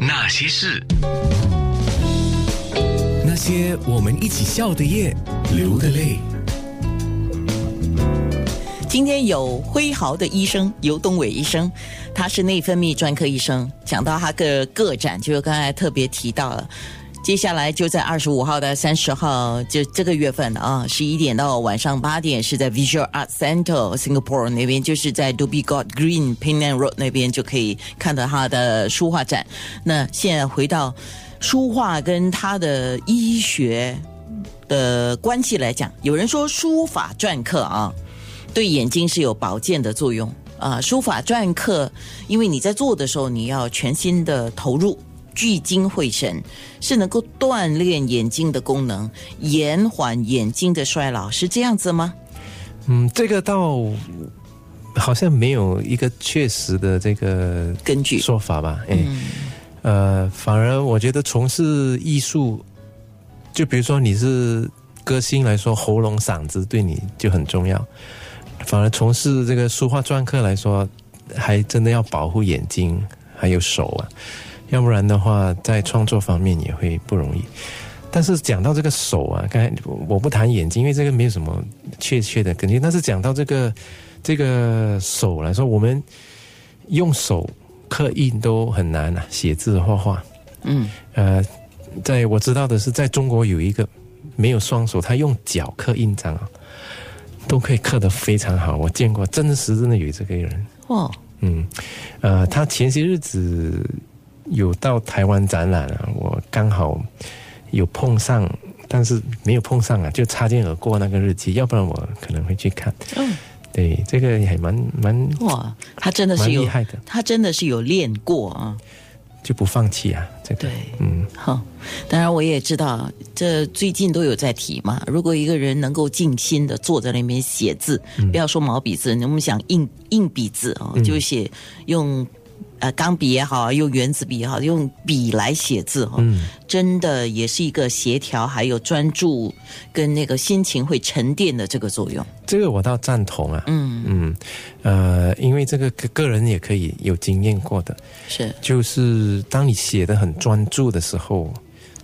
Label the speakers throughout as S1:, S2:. S1: 那些事，
S2: 那些我们一起笑的夜，流的泪。
S3: 今天有辉豪的医生尤东伟医生，他是内分泌专科医生。讲到他的个展，就是刚才特别提到了，接下来就在二十五号到三十号，就这个月份啊，十一点到晚上八点是在 Visual Art Center Singapore 那边，就是在 Dhoby Ghaut Green Penang Road 那边就可以看到他的书画展。那现在回到书画跟他的医学的关系来讲，有人说书法篆刻啊。对眼睛是有保健的作用啊、呃。书法篆刻，因为你在做的时候，你要全心的投入，聚精会神，是能够锻炼眼睛的功能，延缓眼睛的衰老，是这样子吗？
S4: 嗯，这个倒好像没有一个确实的这个
S3: 根据
S4: 说法吧？哎，呃，反而我觉得从事艺术，就比如说你是歌星来说，喉咙、嗓子对你就很重要。反而从事这个书画篆刻来说，还真的要保护眼睛还有手啊，要不然的话，在创作方面也会不容易。但是讲到这个手啊，刚才我不谈眼睛，因为这个没有什么确切的根据。但是讲到这个这个手来说，我们用手刻印都很难啊，写字、画画。
S3: 嗯，
S4: 呃，在我知道的是，在中国有一个没有双手，他用脚刻印章啊。都可以刻得非常好，我见过，真实真的有这个人。
S3: 哦，
S4: 嗯，呃，他前些日子有到台湾展览啊，我刚好有碰上，但是没有碰上啊，就擦肩而过那个日期，要不然我可能会去看。
S3: 嗯，
S4: 对，这个也蛮蛮
S3: 哇，他真的
S4: 蛮
S3: 是
S4: 厉
S3: 有，
S4: 害的，
S3: 他真的是有练过啊。
S4: 就不放弃啊，这个
S3: 对，
S4: 嗯，
S3: 好，当然我也知道，这最近都有在提嘛。如果一个人能够静心的坐在那边写字，不要说毛笔字，我们想硬硬笔字啊、哦，就写用呃钢笔也好，用圆珠笔也好，用笔来写字哦，真的也是一个协调，还有专注跟那个心情会沉淀的这个作用。
S4: 这个我倒赞同啊，
S3: 嗯，
S4: 嗯，呃，因为这个个个人也可以有经验过的，
S3: 是
S4: 就是当你写的很专注的时候，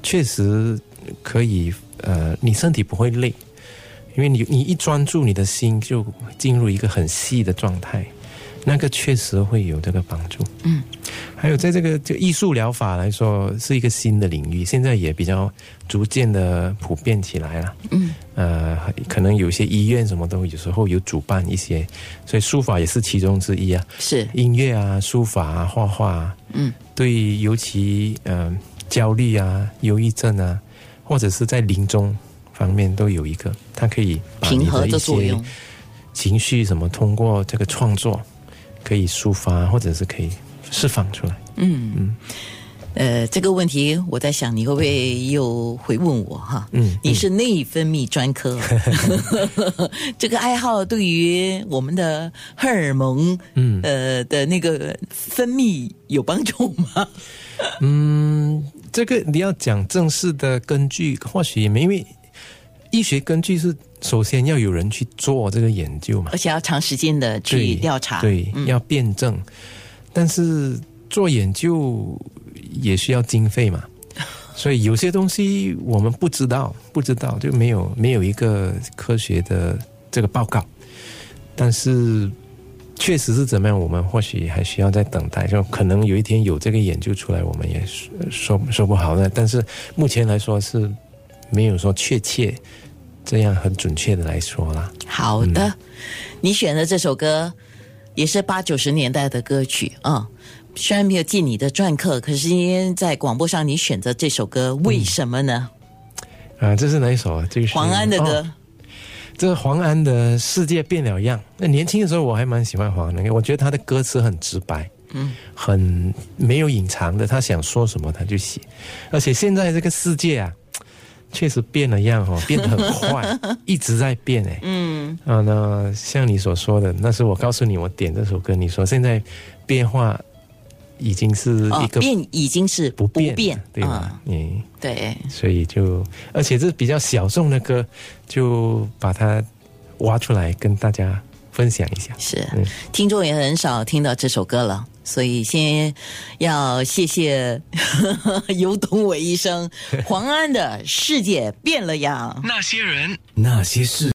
S4: 确实可以，呃，你身体不会累，因为你你一专注，你的心就进入一个很细的状态，那个确实会有这个帮助。
S3: 嗯，
S4: 还有在这个就艺术疗法来说，是一个新的领域，现在也比较逐渐的普遍起来了。
S3: 嗯，
S4: 呃，可能有些医院什么都有时候有主办一些，所以书法也是其中之一啊。
S3: 是，
S4: 音乐啊、书法啊、画画啊，
S3: 嗯，
S4: 对，尤其呃焦虑啊、忧郁症啊，或者是在临终方面都有一个，它可以把你
S3: 平和
S4: 一
S3: 的作
S4: 些
S3: 用。
S4: 情绪什么通过这个创作可以抒发，或者是可以释放出来。
S3: 嗯，呃，这个问题我在想，你会不会又回问我哈？
S4: 嗯，
S3: 你是内分泌专科， 这个爱好对于我们的荷尔蒙，
S4: 嗯
S3: 呃的那个分泌有帮助吗？
S4: 嗯，这个你要讲正式的根据，或许也没，因为医学根据是首先要有人去做这个研究嘛
S3: 而。且要长时间的去
S4: 对
S3: 调查，
S4: 对，
S3: 嗯
S4: 要辩证。但是做研究也需要经费 嘛，所以有些东西我们不知道，不知道就没有没有一个科学的这个报告。但是确实是怎么样，我们或许还需要再等待，就可能有一天有这个研究出来，我们也说说说不好的。但是目前来说是没有说确切这样很准确的来说啦。
S3: 好的，
S4: 嗯
S3: 你选的这首歌也是八九十年代的歌曲啊、虽然没有进你的篆刻，可是今天在广播上你选择这首歌，为什么呢？
S4: 啊，这是哪一首啊？嗯这个是
S3: 黄安的歌。
S4: 哦这个黄安的世界变了样。那年轻的时候我还蛮喜欢黄安的，我觉得他的歌词很直白，
S3: 嗯，
S4: 很没有隐藏的，他想说什么他就写。而且现在这个世界啊，确实变了样 哦，变得很快，一直在变哎。
S3: 嗯，
S4: 啊，那像你所说的，那是我告诉你我点这首歌，你说现在变化已经是
S3: 哦
S4: 一个
S3: 变已经是
S4: 不变，
S3: 不变
S4: 对吧？嗯。
S3: 嗯对，
S4: 所以就，而且这比较小众的歌，就把它挖出来跟大家分享一下。
S3: 是、
S4: 嗯
S3: 听众也很少听到这首歌了，所以先要谢谢 尤东伟医生，黄安的世界变了样。
S4: 那些人，那些事。